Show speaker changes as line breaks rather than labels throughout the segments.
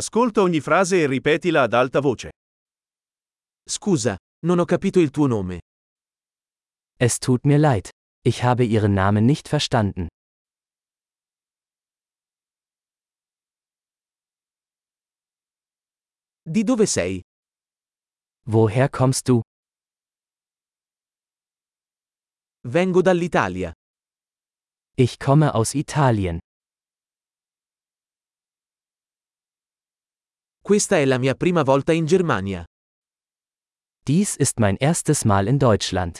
Ascolta ogni frase e ripetila ad alta voce.
Scusa, non ho capito il tuo nome.
Es tut mir leid. Ich habe Ihren Namen nicht verstanden.
Di dove sei?
Woher kommst du?
Vengo dall'Italia.
Ich komme aus Italien.
Questa è la mia prima volta in Germania.
Dies ist mein erstes Mal in Deutschland.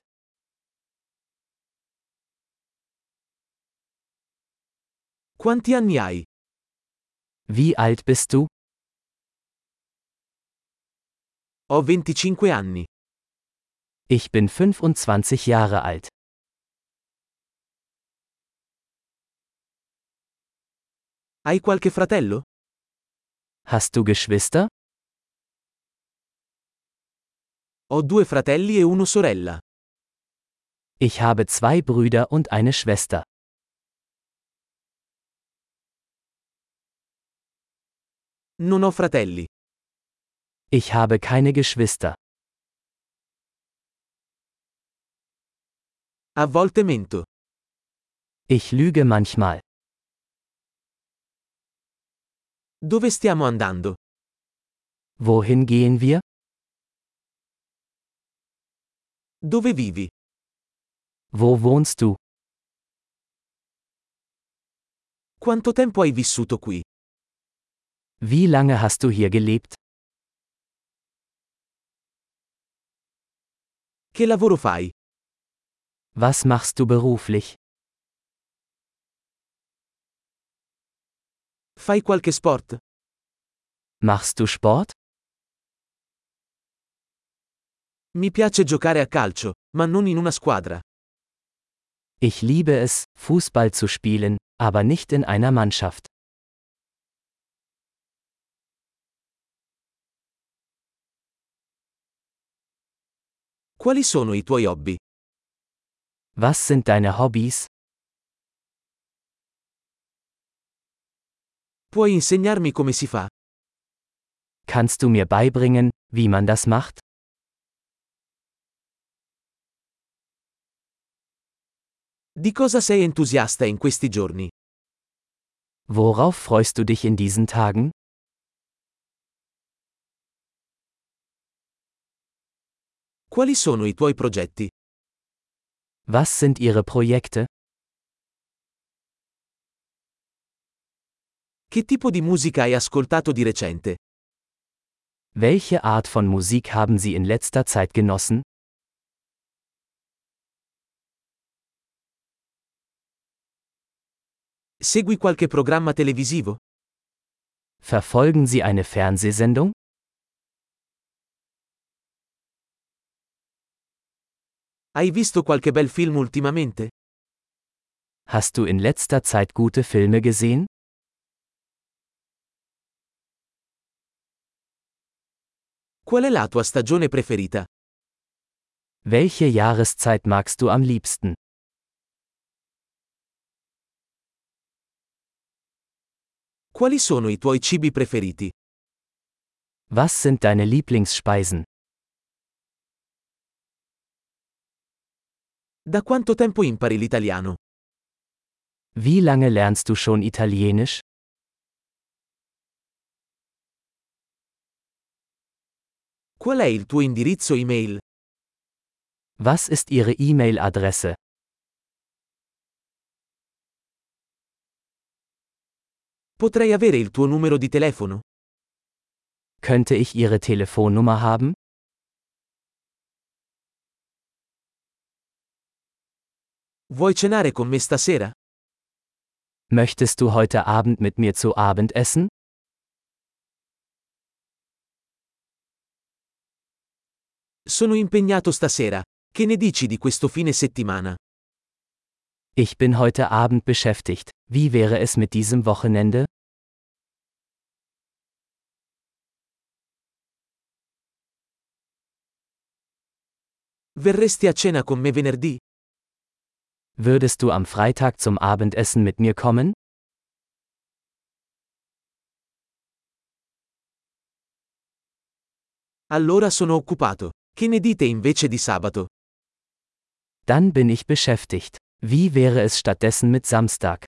Quanti anni hai?
Wie alt bist du?
Ho 25 anni.
Ich bin 25 Jahre alt.
Hai qualche fratello?
Hast du Geschwister?
Ho due fratelli e una sorella.
Ich habe zwei Brüder und eine Schwester.
Non ho fratelli.
Ich habe keine Geschwister.
A volte mento.
Ich lüge manchmal.
Dove stiamo andando?
Wohin gehen wir?
Dove vivi?
Wo wohnst du?
Quanto tempo hai vissuto qui?
Wie lange hast du hier gelebt?
Che lavoro fai?
Was machst du beruflich?
Fai qualche sport?
Machst du Sport?
Mi piace giocare a calcio, ma non in una squadra.
Ich liebe es, Fußball zu spielen, aber nicht in einer Mannschaft.
Quali sono i tuoi hobby?
Was sind deine Hobbys?
Puoi insegnarmi come si fa?
Kannst du mir beibringen, wie man das macht?
Di cosa sei entusiasta in questi giorni?
Worauf freust du dich in diesen Tagen?
Quali sono i tuoi progetti?
Was sind ihre Projekte?
Che tipo di musica hai ascoltato di recente?
Welche Art von Musik haben sie in letzter Zeit genossen?
Segui qualche programma televisivo?
Verfolgen sie eine Fernsehsendung?
Hai visto qualche bel film ultimamente?
Hast du in letzter Zeit gute Filme gesehen?
Qual è la tua stagione preferita?
Welche Jahreszeit magst du am liebsten?
Quali sono i tuoi cibi preferiti?
Was sind deine Lieblingsspeisen?
Da quanto tempo impari l'italiano?
Wie lange lernst du schon Italienisch?
Qual è il tuo indirizzo email?
Was ist ihre E-Mail-Adresse?
Potrei avere il tuo numero di telefono?
Könnte ich ihre Telefonnummer haben?
Vuoi cenare con me stasera?
Möchtest du heute Abend mit mir zu Abend essen?
Sono impegnato stasera. Che ne dici di questo fine settimana?
Ich bin heute Abend beschäftigt. Wie wäre es mit diesem Wochenende?
Verresti a cena con me venerdì?
Würdest du am Freitag zum Abendessen mit mir kommen?
Allora sono occupato. Che ne dite invece di sabato?
Dann bin ich beschäftigt. Wie wäre es stattdessen mit Samstag?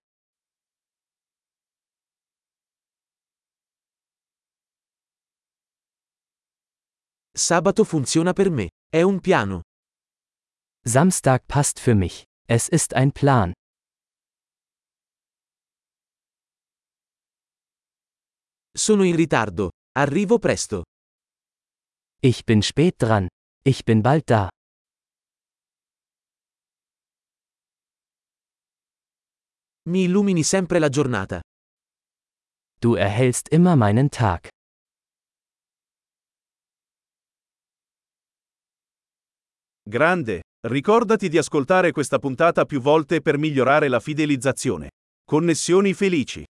Sabato funziona per me. È un piano.
Samstag passt für mich. Es ist ein Plan.
Sono in ritardo. Arrivo presto.
Ich bin spät dran. Ich bin bald da.
Mi illumini sempre la giornata.
Du erhellst immer meinen Tag.
Grande, ricordati di ascoltare questa puntata più volte per migliorare la fidelizzazione. Connessioni felici.